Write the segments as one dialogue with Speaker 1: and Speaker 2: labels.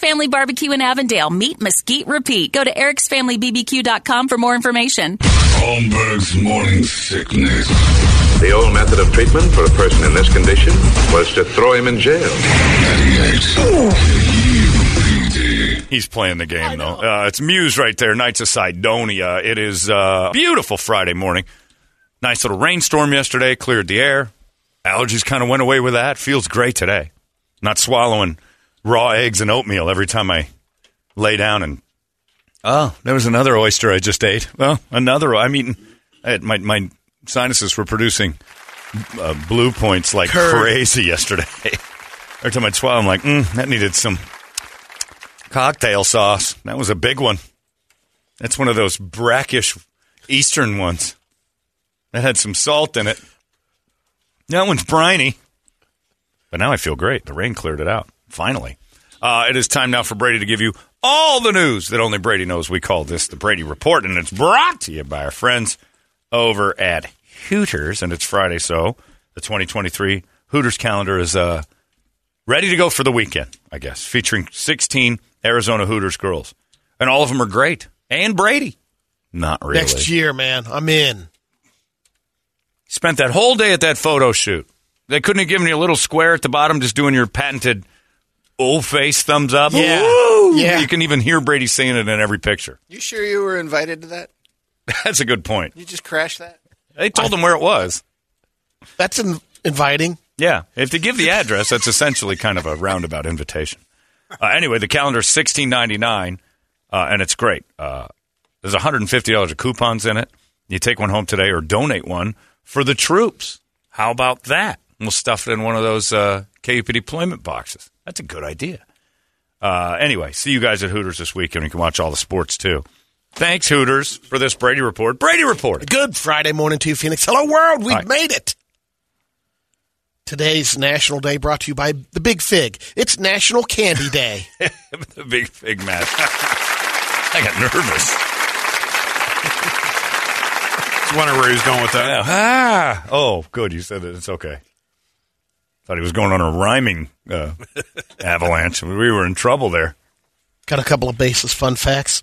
Speaker 1: Family Barbecue in Avondale. Meet, mesquite, repeat. Go to ericsfamilybbq.com for more information.
Speaker 2: Holmberg's morning sickness.
Speaker 3: The old method of treatment for a person in this condition was to throw him in jail.
Speaker 2: 98. UPD.
Speaker 4: He's playing the game, though. Uh, it's Muse right there, Knights of Sidonia. It is uh, beautiful Friday morning. Nice little rainstorm yesterday, cleared the air. Allergies kind of went away with that. Feels great today. Not swallowing raw eggs and oatmeal every time I lay down and. Oh, there was another oyster I just ate. Well, another. I'm eating. I had- my, my sinuses were producing uh, blue points like crazy yesterday. every time I'd swallow, I'm like, mm, that needed some cocktail sauce. That was a big one. That's one of those brackish eastern ones. That had some salt in it. That one's briny. But now I feel great. The rain cleared it out. Finally. Uh, it is time now for Brady to give you all the news that only Brady knows. We call this the Brady Report, and it's brought to you by our friends over at Hooters. And it's Friday, so the 2023 Hooters calendar is uh, ready to go for the weekend, I guess, featuring 16 Arizona Hooters girls. And all of them are great. And Brady. Not really.
Speaker 5: Next year, man, I'm in.
Speaker 4: Spent that whole day at that photo shoot. They couldn't have given you a little square at the bottom just doing your patented old face thumbs up.
Speaker 5: Yeah.
Speaker 4: Woo!
Speaker 5: Yeah.
Speaker 4: You can even hear Brady saying it in every picture.
Speaker 6: You sure you were invited to that?
Speaker 4: That's a good point.
Speaker 6: You just crashed that?
Speaker 4: They told them where it was.
Speaker 5: That's in- inviting.
Speaker 4: Yeah. If they give the address, that's essentially kind of a roundabout invitation. Uh, anyway, the calendar's sixteen ninety nine, uh, and it's great. Uh, there's one hundred and fifty dollars of coupons in it. You take one home today, or donate one for the troops. How about that? We'll stuff it in one of those uh, KUP deployment boxes. That's a good idea. Uh, anyway, see you guys at Hooters this week, and you can watch all the sports too. Thanks, Hooters, for this Brady report. Brady report.
Speaker 5: Good Friday morning to you, Phoenix. Hello, world. We've
Speaker 4: Hi.
Speaker 5: made it. Today's National Day brought to you by the Big Fig. It's National Candy Day.
Speaker 4: the big fig match. I got nervous.
Speaker 7: Just wondering where he was going with that.
Speaker 4: Ah, oh, good. You said it. It's okay. Thought he was going on a rhyming uh, avalanche. We were in trouble there.
Speaker 5: Got a couple of basis fun facts.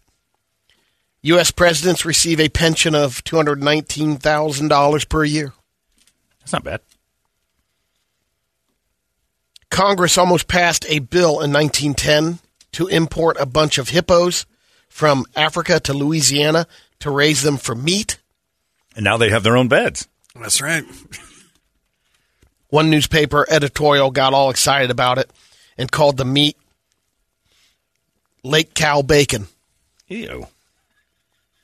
Speaker 5: U.S. presidents receive a pension of $219,000 per year.
Speaker 4: That's not bad.
Speaker 5: Congress almost passed a bill in 1910 to import a bunch of hippos from Africa to Louisiana to raise them for meat.
Speaker 4: And now they have their own beds.
Speaker 7: That's right.
Speaker 5: One newspaper editorial got all excited about it and called the meat Lake Cow Bacon,
Speaker 4: Ew.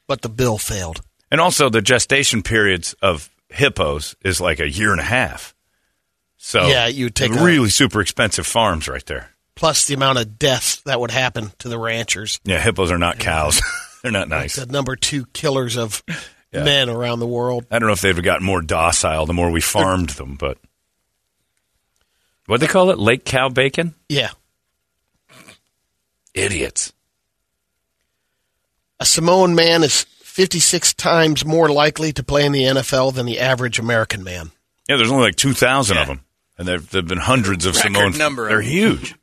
Speaker 5: but the bill failed.
Speaker 4: And also, the gestation periods of hippos is like a year and a half. So
Speaker 5: Yeah, you would take a-
Speaker 4: really super expensive farms right there.
Speaker 5: plus the amount of deaths that would happen to the ranchers.
Speaker 4: Yeah, hippos are not cows. They're not nice.
Speaker 5: The number two killers of men around the world.
Speaker 4: I don't know if they've gotten more docile the more we farmed them, but what they call it, lake cow bacon.
Speaker 5: Yeah.
Speaker 4: Idiots.
Speaker 5: A Samoan man is 56 times more likely to play in the NFL than the average American man.
Speaker 4: Yeah, there's only like two thousand of them, and there have been hundreds of
Speaker 6: Record
Speaker 4: Samoan.
Speaker 6: number of
Speaker 4: They're
Speaker 6: them.
Speaker 4: huge.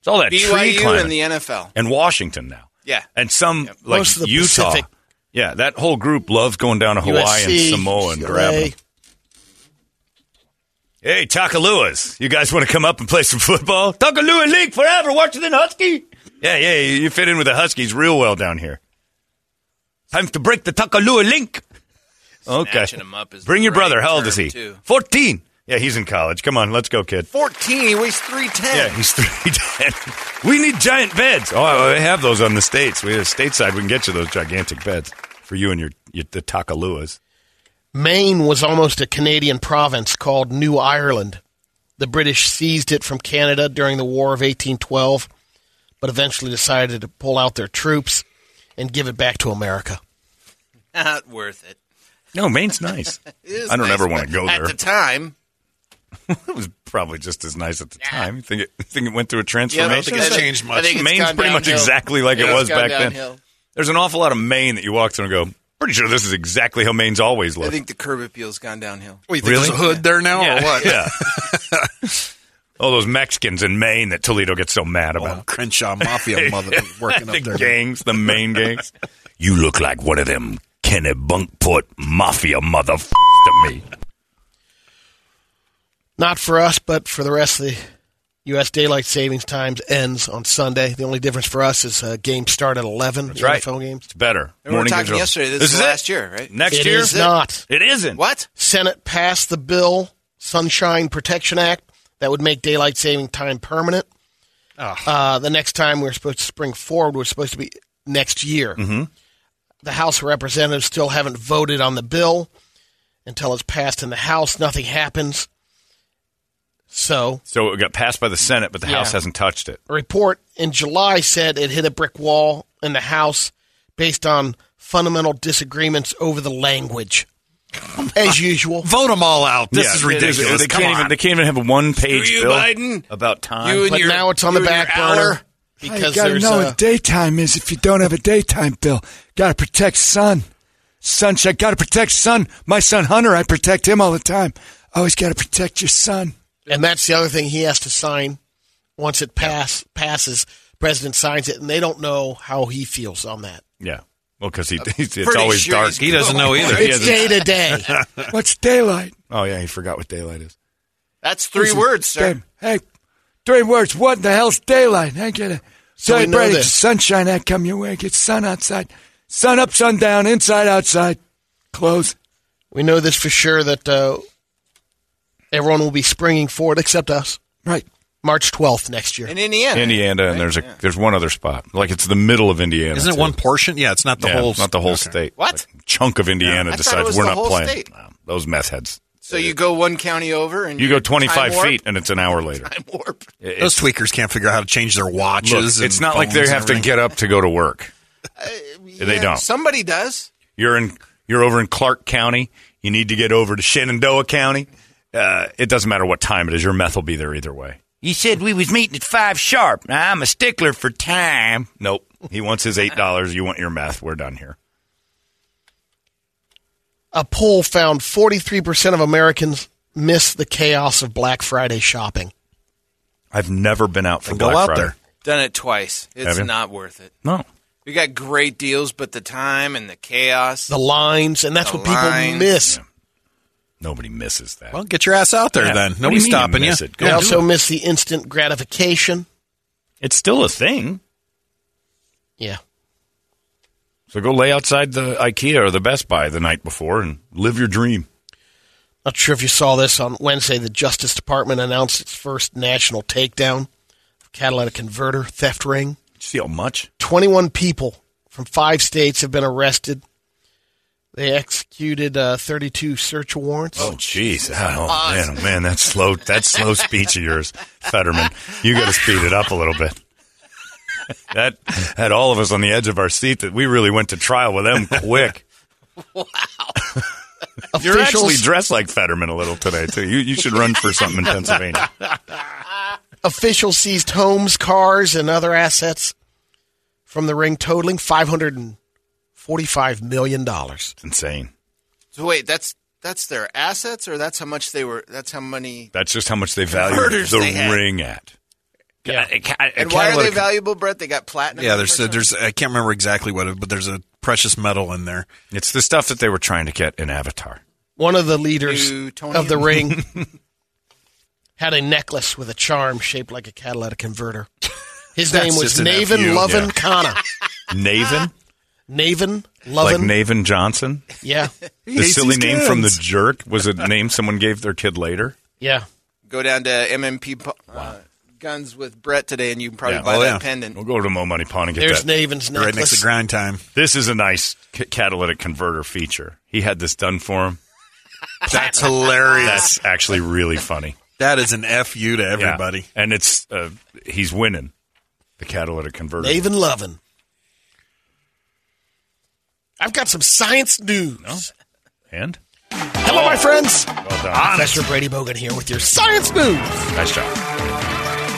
Speaker 4: It's all that tree
Speaker 6: BYU
Speaker 4: climbing
Speaker 6: and the NFL.
Speaker 4: and Washington now.
Speaker 6: Yeah.
Speaker 4: and some like
Speaker 5: Most of the
Speaker 4: Utah.
Speaker 5: Pacific.
Speaker 4: Yeah, that whole group loves going down to Hawaii
Speaker 5: USC,
Speaker 4: and Samoa and
Speaker 5: UCLA.
Speaker 4: grabbing. Them. Hey, Takaluas, you guys want to come up and play some football? Takalua League forever, Washington Husky. Yeah, yeah, you you fit in with the Huskies real well down here. Time to break the Takalua link. Okay,
Speaker 6: Snatching 'em up is
Speaker 4: bring
Speaker 6: the
Speaker 4: your brother.
Speaker 6: right
Speaker 4: How old is
Speaker 6: term,
Speaker 4: he?
Speaker 6: too.
Speaker 4: Fourteen. Yeah, he's in college. Come on, let's go, kid.
Speaker 6: 14. He weighs 310.
Speaker 4: Yeah, he's three ten. We need giant beds. Oh, they have those on the states. We stateside. We can get you those gigantic beds for you and your, your the Takaluas.
Speaker 5: Maine was almost a Canadian province called New Ireland. The British seized it from Canada during the War of 1812, but eventually decided to pull out their troops and give it back to America.
Speaker 6: Not worth it.
Speaker 4: No, Maine's nice.
Speaker 6: It is
Speaker 4: I don't
Speaker 6: nice,
Speaker 4: ever want
Speaker 6: but
Speaker 4: to go
Speaker 6: At
Speaker 4: there.
Speaker 6: the time,
Speaker 4: it was probably just as nice at the time. You think it, you think it went through a
Speaker 6: yeah,
Speaker 4: transformation?
Speaker 6: I don't think it's
Speaker 7: That changed much.
Speaker 6: I think it's
Speaker 4: Maine's
Speaker 6: gone
Speaker 4: pretty much
Speaker 6: downhill.
Speaker 4: exactly like
Speaker 6: Yeah,
Speaker 4: it
Speaker 6: it's
Speaker 4: was
Speaker 6: gone
Speaker 4: back then.
Speaker 6: downhill.
Speaker 4: There's an awful lot of Maine that you walk through and go. Pretty sure this is exactly how Maine's always
Speaker 6: I
Speaker 4: looked.
Speaker 6: think the curb appeal's gone downhill.
Speaker 7: Wait, there's a
Speaker 4: Really?
Speaker 7: hood there now or what?
Speaker 4: yeah. All those Mexicans in Maine that Toledo gets so mad about.
Speaker 7: Oh, Crenshaw Mafia mother working up
Speaker 4: the
Speaker 7: there.
Speaker 4: gangs, the main gangs. You look like one of them Kennebunkport mafia motherfuckers to me.
Speaker 5: Not for us, but for the rest of the U.S. daylight savings times ends on Sunday. The only difference for us is uh, games start at 11. That's
Speaker 4: right.
Speaker 5: NFL games.
Speaker 4: It's better.
Speaker 6: And we were
Speaker 4: games
Speaker 6: talking
Speaker 4: are-
Speaker 6: yesterday. This, is
Speaker 4: it.
Speaker 6: last year, right?
Speaker 4: Next
Speaker 5: It
Speaker 4: year
Speaker 5: is not.
Speaker 4: It isn't.
Speaker 6: What?
Speaker 5: Senate passed the bill, Sunshine Protection Act, that would make daylight saving time permanent. Uh, the next time we were supposed to bring forward was supposed to be next year. The House of Representatives still haven't voted on the bill until it's passed in the House. Nothing happens. So,
Speaker 4: So it got passed by the Senate, but the House hasn't touched it.
Speaker 5: a report in July said it hit a brick wall in the House based on fundamental disagreements over the language, as usual.
Speaker 7: Vote them all out. This
Speaker 4: Yeah,
Speaker 7: is
Speaker 4: it
Speaker 7: ridiculous.
Speaker 4: They
Speaker 7: Come
Speaker 4: can't
Speaker 7: on.
Speaker 4: even. They can't even have a one-page
Speaker 7: you,
Speaker 4: bill
Speaker 7: Biden.
Speaker 4: about time.
Speaker 7: You and
Speaker 5: but
Speaker 7: your-
Speaker 5: now it's on the
Speaker 7: you and your
Speaker 5: back burner
Speaker 7: hour.
Speaker 5: because there's a,
Speaker 8: daytime is if you don't have a daytime bill. Gotta protect sun. Sunshine. Gotta protect sun. My son Hunter, I protect him all the time. Always gotta protect your son.
Speaker 5: and that's the other thing he has to sign once it pass passes. President signs it, and they don't know how he feels on that.
Speaker 4: yeah. Well, because he, he's, it's
Speaker 6: pretty
Speaker 4: always
Speaker 6: sure
Speaker 4: dark.
Speaker 6: he's He doesn't know either.
Speaker 4: He
Speaker 5: It's
Speaker 4: hasn't-
Speaker 5: day to day.
Speaker 8: What's daylight?
Speaker 4: oh yeah, he forgot what daylight is.
Speaker 6: That's three words, sir.
Speaker 8: Babe, hey, three words. What in the hell's daylight? I get it.
Speaker 5: So we know
Speaker 8: Celebrate
Speaker 5: this.
Speaker 8: sunshine that come your way. Get sun outside. Sun up, sun down, inside, outside. Close.
Speaker 5: We know this for sure that uh, everyone will be springing forward except us.
Speaker 8: Right.
Speaker 5: March 12th next year.
Speaker 6: In Indiana.
Speaker 4: Indiana, and there's a there's one other spot. Like it's the middle of Indiana.
Speaker 7: Isn't it
Speaker 4: too.
Speaker 7: one portion? Yeah, it's not the
Speaker 4: Yeah,
Speaker 7: whole.
Speaker 4: not the whole
Speaker 7: Okay.
Speaker 4: state.
Speaker 6: What?
Speaker 4: Like, chunk of Indiana
Speaker 6: I thought it
Speaker 4: decides
Speaker 6: was
Speaker 4: we're
Speaker 6: the
Speaker 4: not
Speaker 6: whole
Speaker 4: playing.
Speaker 6: state.
Speaker 4: No, those meth heads.
Speaker 6: So you go one county over and
Speaker 4: You
Speaker 6: you're
Speaker 4: go
Speaker 6: at Time
Speaker 4: 25
Speaker 6: Warp.
Speaker 4: feet, and it's an hour later.
Speaker 6: Time warp.
Speaker 4: It-
Speaker 7: Those tweakers can't figure out how to change their
Speaker 4: Look,
Speaker 7: watches. and
Speaker 4: it's not like they
Speaker 7: phones and
Speaker 4: have to
Speaker 7: everything.
Speaker 4: get up to go to work. They
Speaker 6: Yeah,
Speaker 4: don't.
Speaker 6: Somebody does.
Speaker 4: You're in. You're over in Clark County. You need to get over to Shenandoah County. Uh, it doesn't matter what time it is. Your meth will be there either way. You said we was meeting at five sharp. I'm a stickler for time. Nope. He wants his eight dollars. You want your meth. We're done here.
Speaker 5: A poll found 43% of Americans miss the chaos of Black Friday shopping.
Speaker 4: I've never been out for
Speaker 7: Then go
Speaker 4: Black
Speaker 7: out
Speaker 4: Friday.
Speaker 7: there.
Speaker 6: Done it twice. It's
Speaker 4: Have you?
Speaker 6: not worth it.
Speaker 4: No.
Speaker 6: We got great deals, but the time and the chaos.
Speaker 5: The lines, and that's
Speaker 6: The
Speaker 5: what people
Speaker 6: lines.
Speaker 5: miss.
Speaker 4: Nobody misses that.
Speaker 7: Well, get your ass out there
Speaker 4: Yeah.
Speaker 7: then.
Speaker 4: What do you
Speaker 7: Nobody's
Speaker 4: mean you
Speaker 7: stopping you.
Speaker 4: miss it? Go
Speaker 5: They
Speaker 4: Yeah,
Speaker 5: also
Speaker 4: do
Speaker 5: miss the instant gratification.
Speaker 4: It's still a thing.
Speaker 5: Yeah.
Speaker 4: So go lay outside the IKEA or the Best Buy the night before and live your dream.
Speaker 5: Not sure if you saw this on Wednesday. The Justice Department announced its first national takedown of catalytic converter theft ring.
Speaker 4: Did you see how much?
Speaker 5: 21 people from five states have been arrested. They executed uh, 32 search warrants.
Speaker 4: Oh, jeez. Oh, man, oh, man, that slow, that slow speech of yours, Fetterman. You got to speed it up a little bit. That had all of us on the edge of our seat that we really went to trial with them quick. wow. You're actually
Speaker 5: Officials-
Speaker 4: dressed like Fetterman a little today, too. You, you should run for something in Pennsylvania.
Speaker 5: Officials seized homes, cars, and other assets from the ring, totaling $545 million.
Speaker 4: It's insane.
Speaker 6: So wait, that's that's their assets, or that's how much they were. That's how many.
Speaker 4: That's just how much they value
Speaker 6: Murders
Speaker 4: the
Speaker 6: they had.
Speaker 4: ring at. Yeah.
Speaker 6: And why are they valuable, Brett? They got platinum.
Speaker 7: Yeah,
Speaker 6: in them
Speaker 7: there's
Speaker 6: or
Speaker 7: uh, there's I can't remember exactly what, it, but there's a precious metal in there.
Speaker 4: It's the stuff that they were trying to get in Avatar.
Speaker 5: One of the leaders
Speaker 6: Newtonian.
Speaker 5: of the ring had a necklace with a charm shaped like a catalytic converter. His
Speaker 7: That's
Speaker 5: name was
Speaker 7: just an F
Speaker 5: Navin
Speaker 7: you.
Speaker 5: Lovin
Speaker 4: Yeah.
Speaker 5: Kana.
Speaker 4: Naven?
Speaker 5: Navin
Speaker 4: Like
Speaker 5: Lovin.
Speaker 4: Naven Johnson?
Speaker 5: yeah.
Speaker 4: The silly
Speaker 7: these
Speaker 4: name from the
Speaker 7: kids.
Speaker 4: jerk was a name someone gave their kid later.
Speaker 5: Yeah.
Speaker 6: Go down to MMP pu- uh, Guns with Brett today, and you can probably
Speaker 4: Yeah.
Speaker 6: buy
Speaker 7: Oh,
Speaker 6: that
Speaker 7: yeah.
Speaker 6: pendant.
Speaker 4: We'll go to Mo Money Pawn and get
Speaker 5: There's
Speaker 4: that.
Speaker 5: Navin's necklace.
Speaker 7: right next to grind time.
Speaker 4: this is a nice c- catalytic converter feature. He had this done for him.
Speaker 7: That's hilarious.
Speaker 4: That's actually really funny.
Speaker 7: That is an fu to
Speaker 4: Yeah.
Speaker 7: everybody.
Speaker 4: And it's uh, he's winning the catalytic converter.
Speaker 5: Navin Lovin. I've got some science news.
Speaker 4: Oh. And
Speaker 5: Hello, my friends.
Speaker 4: well done.
Speaker 5: Professor Brady Bogan here with your science news.
Speaker 4: Nice job.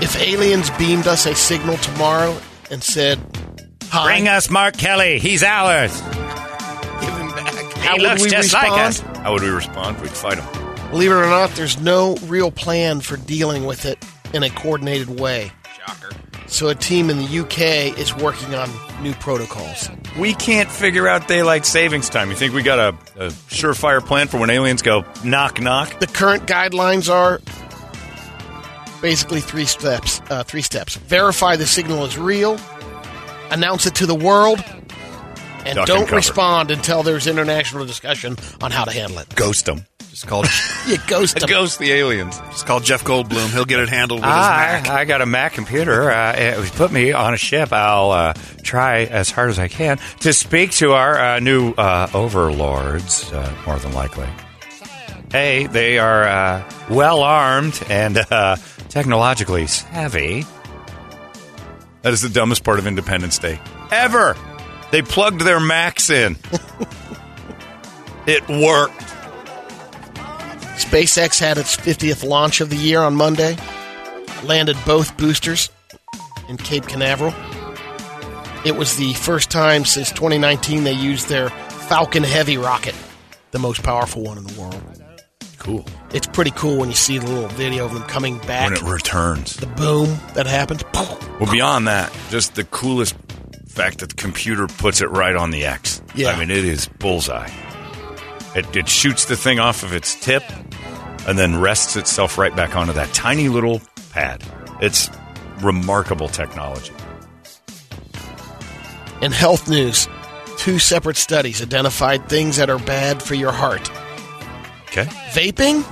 Speaker 5: If aliens beamed us a signal tomorrow and said, Hi,
Speaker 4: Bring us Mark Kelly. He's ours.
Speaker 6: Give him back.
Speaker 4: He
Speaker 5: would
Speaker 4: looks
Speaker 5: we
Speaker 4: just like us.
Speaker 5: respond?
Speaker 4: How would we respond? We'd fight him.
Speaker 5: believe it or not, there's no real plan for dealing with it in a coordinated way.
Speaker 6: Shocker.
Speaker 5: So a team in the UK is working on new protocols.
Speaker 4: We can't figure out daylight savings time. You think we got a, a surefire plan for when aliens go knock knock?
Speaker 5: The current guidelines are basically three steps. Uh, three steps: verify the signal is real, announce it to the world, and
Speaker 4: Duck and
Speaker 5: don't
Speaker 4: cover.
Speaker 5: respond until there's international discussion on how to handle it.
Speaker 4: Ghost them.
Speaker 7: Just call
Speaker 5: You ghost them.
Speaker 4: Ghost the aliens.
Speaker 7: just call Jeff Goldblum. He'll get it handled with
Speaker 4: I,
Speaker 7: his Mac.
Speaker 4: Ah, I got a Mac computer. Uh, it was put me on a ship. I'll uh, try as hard as I can to speak to our uh, new uh, overlords, uh, more than likely. Hey, they are uh, well armed and uh, technologically savvy. That is the dumbest part of Independence Day ever. They plugged their Macs in. it worked.
Speaker 5: SpaceX had its 50th launch of the year on Monday, landed both boosters in Cape Canaveral. It was the first time since 2019 they used their Falcon Heavy rocket, the most powerful one in the world.
Speaker 4: Cool.
Speaker 5: It's pretty cool when you see the little video of them coming back,
Speaker 4: When it returns.
Speaker 5: the boom that happens.
Speaker 4: Well, beyond that, just the coolest fact that the computer puts it right on the X.
Speaker 5: Yeah.
Speaker 4: I mean, it is bullseye. It, it shoots the thing off of its tip and then rests itself right back onto that tiny little pad. It's remarkable technology.
Speaker 5: In health news, two separate studies identified things that are bad for your heart
Speaker 4: Okay.
Speaker 5: vaping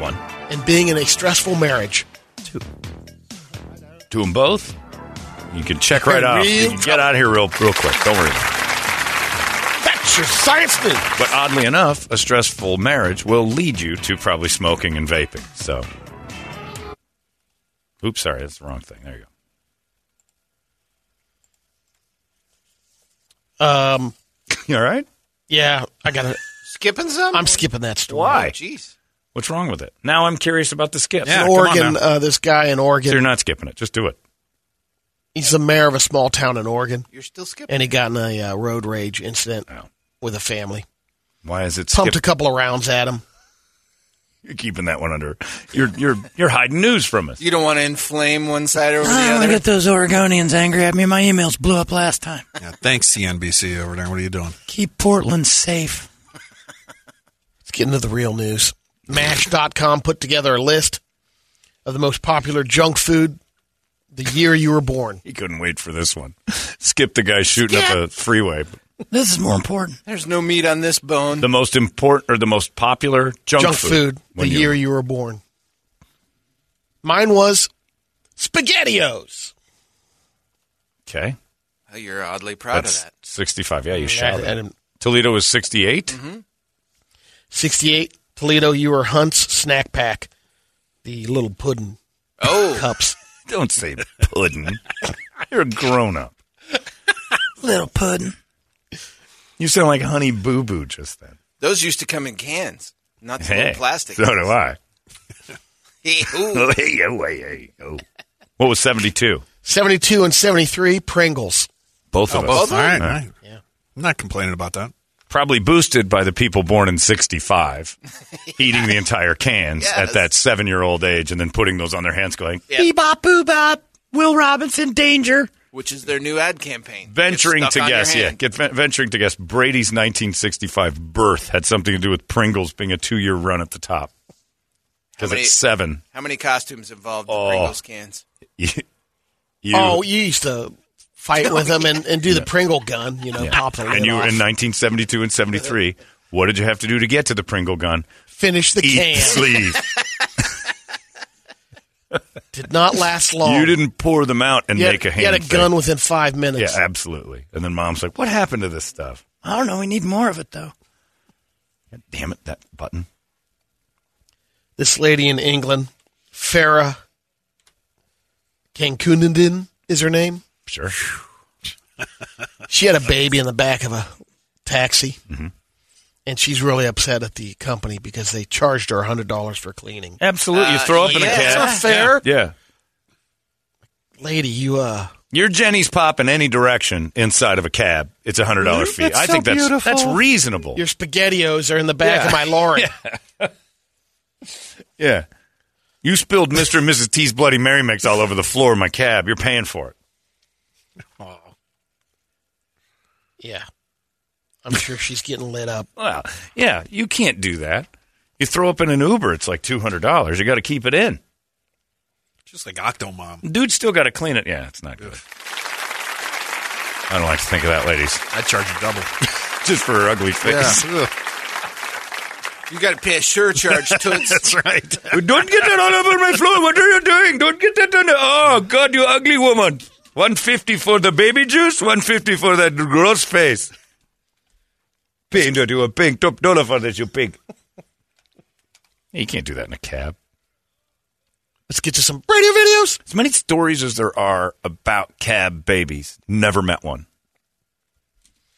Speaker 4: One.
Speaker 5: and being in a stressful marriage.
Speaker 4: Do them both. You can check right off. You
Speaker 5: Real
Speaker 4: can get out of here real, real quick. Don't worry about it.
Speaker 5: That's your science news.
Speaker 4: But oddly enough, a stressful marriage will lead you to probably smoking and vaping. So, oops, sorry, that's the wrong thing. There you go.
Speaker 5: Um,
Speaker 4: You all right?
Speaker 5: yeah, I got to
Speaker 6: Skipping some? Oh,
Speaker 5: I'm skipping that story.
Speaker 4: Why?
Speaker 6: Jeez.
Speaker 4: What's wrong with it? Now I'm curious about the skips.
Speaker 7: Yeah,
Speaker 5: In
Speaker 7: come on
Speaker 5: Oregon,
Speaker 7: now.
Speaker 5: uh, this guy in
Speaker 4: So you're
Speaker 5: Oregon,
Speaker 4: not skipping it. Just do it.
Speaker 5: he's the mayor of a small town in Oregon,
Speaker 6: You're still skipping.
Speaker 5: and he got in a uh, road rage incident
Speaker 4: Oh.
Speaker 5: with a family.
Speaker 4: Why is it
Speaker 5: Pumped
Speaker 4: skip-
Speaker 5: a couple of rounds at him.
Speaker 4: You're keeping that one under. You're you're you're hiding news from us.
Speaker 6: You don't want to inflame one side
Speaker 4: Ah,
Speaker 6: over the
Speaker 9: I want to
Speaker 6: other.
Speaker 9: get those Oregonians angry at me. My emails blew up last time.
Speaker 7: Yeah, thanks, CNBC over there. What are you doing?
Speaker 9: Keep Portland safe.
Speaker 5: Let's get into the real news. MASH.com put together a list of the most popular junk food the year you were born.
Speaker 4: He couldn't wait for this one. Skip the guy shooting up a freeway.
Speaker 9: This is more important.
Speaker 6: There's no meat on this bone.
Speaker 4: The most important or the most popular junk,
Speaker 5: Junk food, the
Speaker 4: when you-
Speaker 5: year you were born. Mine was SpaghettiOs.
Speaker 4: Okay.
Speaker 6: Oh, you're oddly proud
Speaker 4: That's
Speaker 6: of that.
Speaker 4: 65. Yeah, you
Speaker 5: I-
Speaker 4: shouted.
Speaker 5: I didn't-
Speaker 4: Toledo is 68.
Speaker 5: 68, Toledo, you were Hunt's snack pack. The little pudding
Speaker 6: Oh,
Speaker 5: cups.
Speaker 4: Don't say pudding. You're a grown up.
Speaker 9: Little puddin'.
Speaker 4: You sound like Honey Boo Boo just then.
Speaker 6: those used to come in cans, not the
Speaker 4: Hey,
Speaker 6: little plastic.
Speaker 4: So do I.
Speaker 6: Hey, ooh.
Speaker 4: Oh, hey, oh, hey, hey, oh. What was 72?
Speaker 5: 72 and 73, Pringles.
Speaker 4: Both
Speaker 7: Oh,
Speaker 4: of us.
Speaker 7: both? All right.
Speaker 4: All
Speaker 7: all right.
Speaker 5: Yeah.
Speaker 7: I'm not complaining about that.
Speaker 4: Probably boosted by the people born in 65, eating the entire cans
Speaker 6: Yes.
Speaker 4: at that seven year old age and then putting those on their hands going,
Speaker 6: Yeah.
Speaker 9: Bebop boobop. Will Robinson danger.
Speaker 6: Which is their new ad campaign.
Speaker 4: Venturing
Speaker 6: Get
Speaker 4: to
Speaker 6: stuck on your
Speaker 4: guess, yeah,
Speaker 6: hand.
Speaker 4: get, venturing to guess Brady's 1965 birth had something to do with Pringles being a two year run at the top. Because
Speaker 6: How many-
Speaker 4: it's seven.
Speaker 6: How many costumes involved
Speaker 4: Oh.
Speaker 6: in Pringles cans?
Speaker 4: you,
Speaker 5: Oh, you used to fight with them and, and do the Pringle gun, you know, pop the lid
Speaker 4: and you were
Speaker 5: off,
Speaker 4: in 1972 and 73. What did you have to do to get to the Pringle gun?
Speaker 5: finish the
Speaker 4: Eat
Speaker 5: can.
Speaker 4: sleeve.
Speaker 5: Did not last long.
Speaker 4: You didn't pour them out and
Speaker 5: You had-
Speaker 4: make a hand.
Speaker 5: You had a
Speaker 4: thing.
Speaker 5: gun within five
Speaker 4: Yeah,
Speaker 5: minutes.
Speaker 4: absolutely. And then mom's like, "What happened to this stuff?
Speaker 9: I don't know. We need more of it though.
Speaker 4: God damn it, that button."
Speaker 5: This lady in England, Farah Cancunandin is her name.
Speaker 4: Sure.
Speaker 5: She had a baby in the back of a taxi,
Speaker 4: Mm-hmm.
Speaker 5: and she's really upset at the company because they charged her hundred dollars for cleaning.
Speaker 4: Absolutely. you throw up in a
Speaker 6: yeah.
Speaker 4: cat.
Speaker 5: That's not fair.
Speaker 4: Yeah.
Speaker 5: Lady, you uh,
Speaker 4: Your Jenny's pop in any direction inside of a cab. It's a hundred dollar fee.
Speaker 9: That's
Speaker 4: I
Speaker 9: so
Speaker 4: think that's
Speaker 9: beautiful.
Speaker 4: that's reasonable.
Speaker 5: your SpaghettiOs are in the back
Speaker 4: Yeah.
Speaker 5: of my lorry.
Speaker 4: yeah. You spilled Mr. and Mrs. T's Bloody Mary mix all over the floor of my cab. You're paying for it.
Speaker 5: Yeah. I'm sure she's getting lit up.
Speaker 4: Well, yeah, you can't do that. You throw up in an Uber, it's like two hundred dollars. You got to keep it in.
Speaker 7: Just like Octomom.
Speaker 4: Dude's still got to clean it. Yeah, it's not good. I don't like to think of that, ladies.
Speaker 7: I charge you double.
Speaker 4: Just for her ugly face.
Speaker 6: You got to pay a surcharge, toots.
Speaker 4: That's right. Don't get that all over my floor. What are you doing? Don't get that on. Oh God, you ugly woman. One fifty for the baby juice. One fifty for that gross face. Painted you a pink. Top dollar for this, you pig. You can't do that in a cab.
Speaker 5: Let's get to some radio videos.
Speaker 4: As many stories as there are about cab babies, never met one.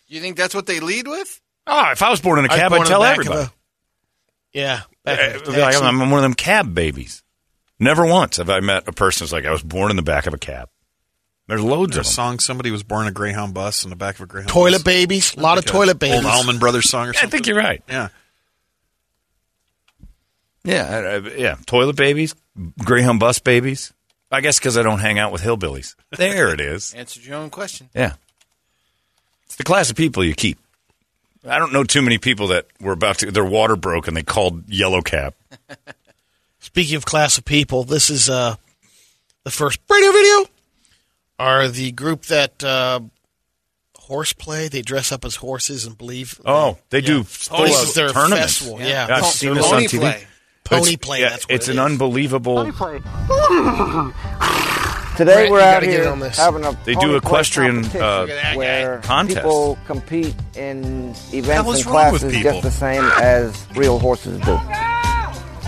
Speaker 6: you think that's what they lead with?
Speaker 4: Oh, if I was born in a
Speaker 5: I was
Speaker 4: cab,
Speaker 5: born
Speaker 4: I'd
Speaker 5: in the
Speaker 4: tell
Speaker 5: back of
Speaker 4: everybody.
Speaker 5: a- yeah. back
Speaker 4: Uh,
Speaker 5: of a
Speaker 4: like,
Speaker 5: taxi.
Speaker 4: I'm I'm one of them cab babies. Never once have I met a person who's like, I was born in the back of a cab. There's loads of
Speaker 7: There's a
Speaker 4: them.
Speaker 7: song somebody was born in a Greyhound bus in the back of a Greyhound
Speaker 5: toilet
Speaker 7: bus.
Speaker 5: babies. A lot of
Speaker 7: Like
Speaker 5: toilet babies.
Speaker 7: Old Allman Brothers song or
Speaker 4: Yeah, I
Speaker 7: something.
Speaker 4: think you're right.
Speaker 7: Yeah.
Speaker 4: Yeah, I- I- yeah. Toilet babies, Greyhound bus babies. I guess because I don't hang out with hillbillies. There it is.
Speaker 6: Answered your own question.
Speaker 4: Yeah, it's the class of people you keep. I don't know too many people that were about to. Their water broke and they called yellow cab.
Speaker 5: Speaking of class of people, this is uh, the first radio video. Are the group that uh, horseplay? They dress up as horses and believe.
Speaker 4: Oh, they do full
Speaker 5: This is
Speaker 4: out
Speaker 5: their
Speaker 4: tournaments.
Speaker 5: festival, yeah.
Speaker 4: I've
Speaker 5: Pon-
Speaker 4: seen this on
Speaker 6: pony
Speaker 4: TV.
Speaker 6: play.
Speaker 5: Pony
Speaker 4: It's-
Speaker 5: play.
Speaker 4: yeah,
Speaker 5: that's what
Speaker 4: it's
Speaker 5: it
Speaker 4: an
Speaker 5: is.
Speaker 4: unbelievable.
Speaker 10: Today
Speaker 5: Brett,
Speaker 10: we're
Speaker 5: you
Speaker 10: out
Speaker 5: gotta get
Speaker 10: here
Speaker 5: on this.
Speaker 10: having a
Speaker 4: They do
Speaker 10: pony play
Speaker 4: equestrian,
Speaker 10: competition
Speaker 4: uh,
Speaker 10: where
Speaker 4: contest.
Speaker 10: people compete in events
Speaker 7: hell is
Speaker 10: and
Speaker 7: wrong with
Speaker 10: classes
Speaker 7: people?
Speaker 10: just the same as real horses do.
Speaker 11: Get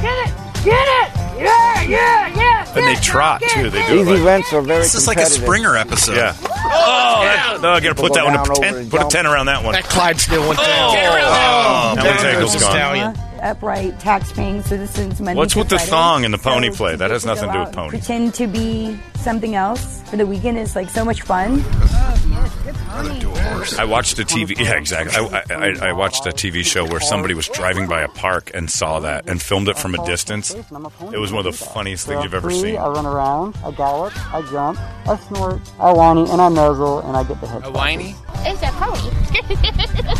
Speaker 11: it! Get it! Yeah, yeah, yeah!
Speaker 4: And they trot too. They do
Speaker 10: These
Speaker 4: it like,
Speaker 10: events are very
Speaker 7: This is like a
Speaker 10: competitive.
Speaker 7: Springer episode.
Speaker 4: yeah. Oh, that, no, I got to put that one.
Speaker 10: People
Speaker 4: To
Speaker 10: go down
Speaker 4: ten,
Speaker 10: over
Speaker 4: put a
Speaker 10: and
Speaker 4: ten around that one.
Speaker 5: That Clydesdale went
Speaker 4: Oh,
Speaker 5: down.
Speaker 4: that one's
Speaker 5: Down
Speaker 4: ankle's
Speaker 5: goes the
Speaker 4: gone.
Speaker 5: stallion.
Speaker 11: Upright, tax-paying citizens. Monday
Speaker 4: What's
Speaker 11: through
Speaker 4: with the
Speaker 11: Friday.
Speaker 4: thong in the pony play?
Speaker 11: to
Speaker 4: That
Speaker 11: get
Speaker 4: has nothing
Speaker 11: go
Speaker 4: to do with
Speaker 11: out and
Speaker 4: ponies.
Speaker 11: Pretend to be something else for the weekend is like so much fun.
Speaker 4: I watched a TV. Yeah, exactly. I, I, I- I watched a TV show where somebody was driving by a park and saw that and filmed it from a distance. It was one of the funniest things you've ever seen.
Speaker 12: I run around, I gallop, I jump, I snort, I whiny, and I nuzzle, and I get the head.
Speaker 13: A whiny?
Speaker 14: It's a pony.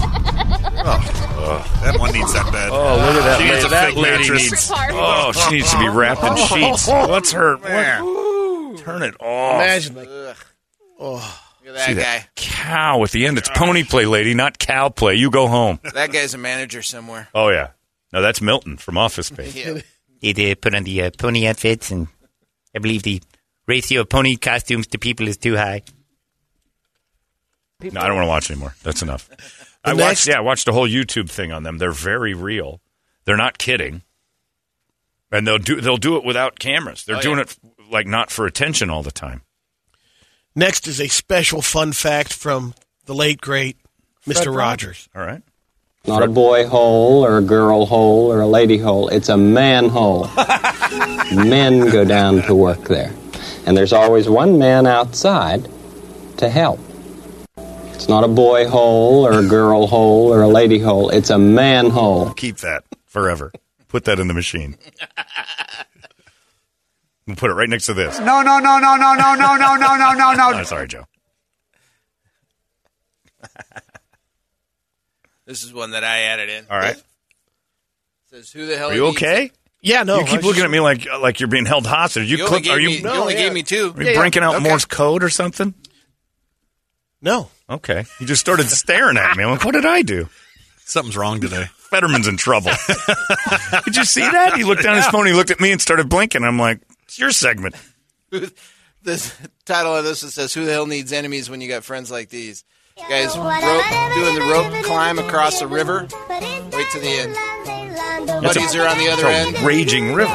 Speaker 7: That one needs that bed.
Speaker 4: Oh, look at that
Speaker 7: She needs
Speaker 4: lady.
Speaker 7: a
Speaker 4: That
Speaker 7: thick
Speaker 4: lady
Speaker 7: mattress.
Speaker 4: needs- Oh, she needs to be wrapped in sheets. What's her- what- Turn it off.
Speaker 5: Imagine. Like, oh.
Speaker 6: Look at that
Speaker 4: See
Speaker 6: guy.
Speaker 4: cow at the end. It's pony play, lady, not cow play. You go home.
Speaker 6: That guy's a manager somewhere.
Speaker 4: Oh yeah. No, that's Milton from Office Space.
Speaker 6: Yeah.
Speaker 15: They, they put on the uh, pony outfits, and I believe the ratio of pony costumes to people is too high.
Speaker 4: No, I don't want to watch anymore. That's enough. I
Speaker 15: The
Speaker 4: watched. Yeah, I watched a whole YouTube thing on them. They're very real. They're not kidding. And they'll do. They'll do it without cameras. They're
Speaker 5: Oh,
Speaker 4: doing
Speaker 5: yeah.
Speaker 4: it like not for attention all the time.
Speaker 5: Next is a special fun fact from the late great Mr. Rogers.
Speaker 4: All right.
Speaker 16: Not a boy hole or a girl hole or a lady hole. It's a man hole. men go down to work there. And there's always one man outside to help. It's not a boy hole or a girl hole or a lady hole. It's a man hole.
Speaker 4: Keep that forever. Put that in the machine. We'll put it right next to this.
Speaker 17: No, no, no, no, no, no, no, no, no, no, no, no.
Speaker 4: I'm sorry, Joe.
Speaker 6: This is one that I added in.
Speaker 4: All right.
Speaker 6: Says who the hell?
Speaker 4: Are you
Speaker 6: Oh, needs-
Speaker 4: okay?
Speaker 5: Yeah, no,
Speaker 4: You
Speaker 5: I
Speaker 4: keep
Speaker 5: was
Speaker 4: looking
Speaker 5: just-
Speaker 4: at me like like you're being held hostage. You,
Speaker 6: You only
Speaker 4: clip,
Speaker 6: gave
Speaker 4: are you?
Speaker 6: me- you
Speaker 5: Oh,
Speaker 6: No, only yeah. gave me two.
Speaker 4: Are you
Speaker 6: Yeah, yeah.
Speaker 4: breaking out
Speaker 6: Okay.
Speaker 4: Morse code or something?
Speaker 5: No.
Speaker 4: Okay. You just started staring at me. I'm like, what did I do? Something's wrong today. Fetterman's in trouble. did you see that? He looked down at his phone. He looked at me and started blinking. I'm like, it's your segment.
Speaker 6: This title of this it says who the hell needs enemies when you got friends like these? Guys rope, doing the rope climb across a river. Wait to the end.
Speaker 4: That's
Speaker 6: Buddies are on the other
Speaker 4: it's a
Speaker 6: end.
Speaker 4: Raging river.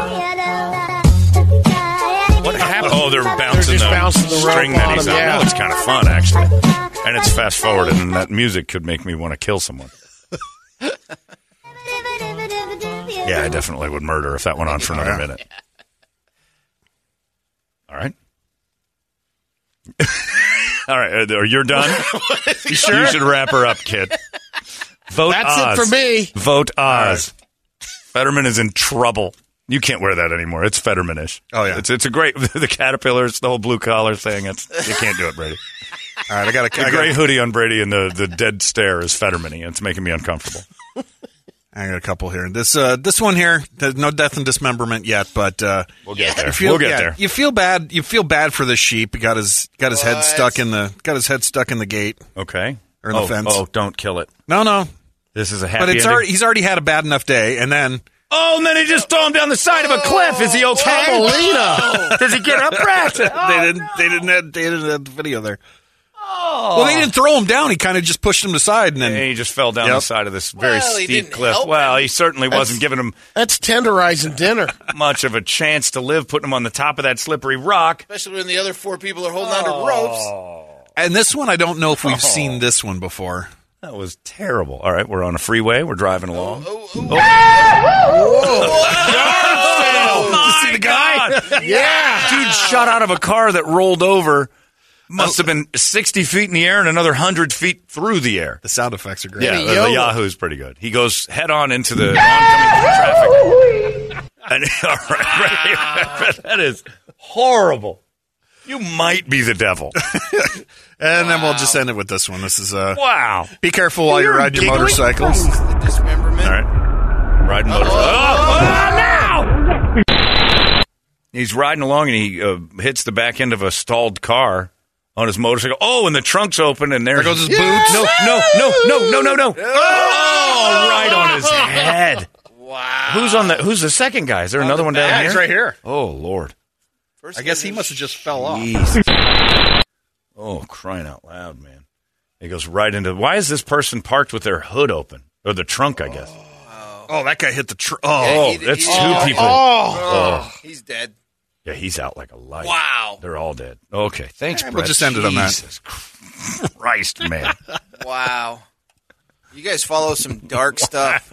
Speaker 4: What happened? Oh, they're bouncing
Speaker 5: just
Speaker 4: the
Speaker 5: bouncing the rope
Speaker 4: string that
Speaker 5: on
Speaker 4: he's
Speaker 5: him,
Speaker 4: on.
Speaker 5: yeah.
Speaker 4: Well, it's kind of fun actually. And it's fast forward, and that music could make me want to kill someone. Yeah, I definitely would murder if that went on for another minute. All right. All right. Are you done? you
Speaker 5: sure?
Speaker 4: should wrap her up, kid. Vote
Speaker 5: That's it
Speaker 4: Oz.
Speaker 5: for me.
Speaker 4: Vote Oz. Fetterman is in trouble. You can't wear that anymore. It's Fettermanish. Oh yeah, it's it's a great the caterpillars, the whole blue collar thing. It's you can't do it, Brady. All right, I got
Speaker 7: I
Speaker 4: a
Speaker 7: gotta-
Speaker 4: gray hoodie on Brady and the the dead stare is Fettermany. It's making me uncomfortable.
Speaker 7: I got a couple here. This uh, this one here, there's no death and dismemberment yet, but uh,
Speaker 4: we'll get there.
Speaker 7: You feel,
Speaker 4: We'll get
Speaker 7: yeah,
Speaker 4: there.
Speaker 7: You feel bad. You feel bad for the sheep. He got his got his head
Speaker 4: What?
Speaker 7: stuck in the got his head stuck in the gate.
Speaker 4: Okay,
Speaker 7: or in the
Speaker 4: Oh,
Speaker 7: fence.
Speaker 4: Oh, don't kill it.
Speaker 7: No, no.
Speaker 4: This is a happy.
Speaker 7: But it's
Speaker 4: ending.
Speaker 7: already, he's already had a bad enough day, and then
Speaker 4: Oh, and then he just threw him down the side of a cliff. Is he okay? Does he get up, Brad?
Speaker 7: they didn't. They didn't. Have, they didn't have the video there.
Speaker 4: Oh.
Speaker 7: Well, they didn't throw him down. He kind of just pushed him aside, and then
Speaker 4: he just fell down the side of this very
Speaker 5: Well, he
Speaker 4: steep
Speaker 5: didn't
Speaker 4: cliff.
Speaker 5: help
Speaker 4: Well, he certainly
Speaker 5: That's-
Speaker 4: wasn't giving him
Speaker 5: That's tenderizing dinner.
Speaker 4: much of a chance to live, putting him on the top of that slippery rock.
Speaker 6: Especially when the other four people are holding onto ropes.
Speaker 7: And this one, I don't know if
Speaker 4: Oh.
Speaker 7: we've seen this one before.
Speaker 4: That was terrible. All right, we're on a freeway. We're driving along. Oh.
Speaker 7: see the guy?
Speaker 4: yeah. Dude shot out of a car that rolled over. Must have been 60 feet in the air and another 100 feet through the air.
Speaker 7: The sound effects are great.
Speaker 4: Yeah, the,
Speaker 7: Yo.
Speaker 4: the Yahoo's pretty good. He goes head on into the oncoming traffic. And, all right, right. that is horrible. You might be the devil.
Speaker 7: And then we'll just end it with this one. This is uh,
Speaker 4: Wow.
Speaker 7: Be careful while you
Speaker 4: You're
Speaker 7: ride your
Speaker 4: giggling?
Speaker 7: motorcycles.
Speaker 4: All right. Riding motor.
Speaker 7: Oh,
Speaker 4: Oh, He's riding along and he uh, hits the back end of a stalled car on his motorcycle. Oh, and the trunk's open and there, goes his
Speaker 7: boots.
Speaker 4: No, no, no, no, no, no, no. Oh, right on his head. Wow. Who's on the? Who's the second guy? Is there another one down
Speaker 7: back.
Speaker 4: here?
Speaker 7: He's right here.
Speaker 4: Oh Lord.
Speaker 7: I guess he must have just fell off.
Speaker 4: Jeez. Oh, crying out loud, man. He goes right into. Why is this person parked with their hood open or the trunk? I guess.
Speaker 7: Oh, that guy hit the. Tr-
Speaker 4: Oh,
Speaker 7: oh,
Speaker 4: that's two
Speaker 7: two
Speaker 4: people. Oh.
Speaker 6: He's dead.
Speaker 4: Yeah, he's out like a light.
Speaker 6: Wow.
Speaker 4: They're all dead. Okay, thanks,
Speaker 7: Eh,
Speaker 4: Brett.
Speaker 7: we'll just end it on that.
Speaker 4: Jesus Christ, man.
Speaker 6: Wow. You guys follow some dark stuff.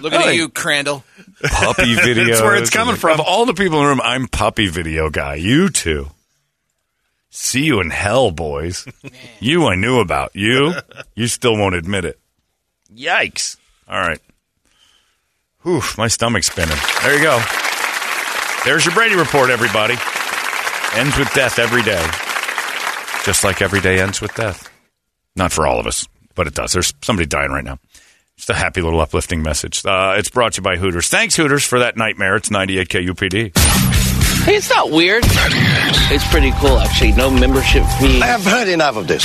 Speaker 6: Looking at
Speaker 4: Really?
Speaker 6: you, Crandall.
Speaker 4: Puppy video.
Speaker 7: That's where it's coming from.
Speaker 4: Of all the people in the room, I'm puppy video guy. You two. See you in hell, boys. you I knew about. You, you still won't admit it. Yikes. All right. Whew, my stomach's spinning. There you go. There's your Brady Report, everybody. Ends with death every day. Just like every day ends with death. Not for all of us, but it does. There's somebody dying right now. Just a happy little uplifting message. Uh, it's brought to you by Hooters. Thanks, Hooters, for that nightmare. It's 98 KUPD.
Speaker 13: Hey, it's not weird. It's pretty cool, actually. No membership fee. I've heard enough of this.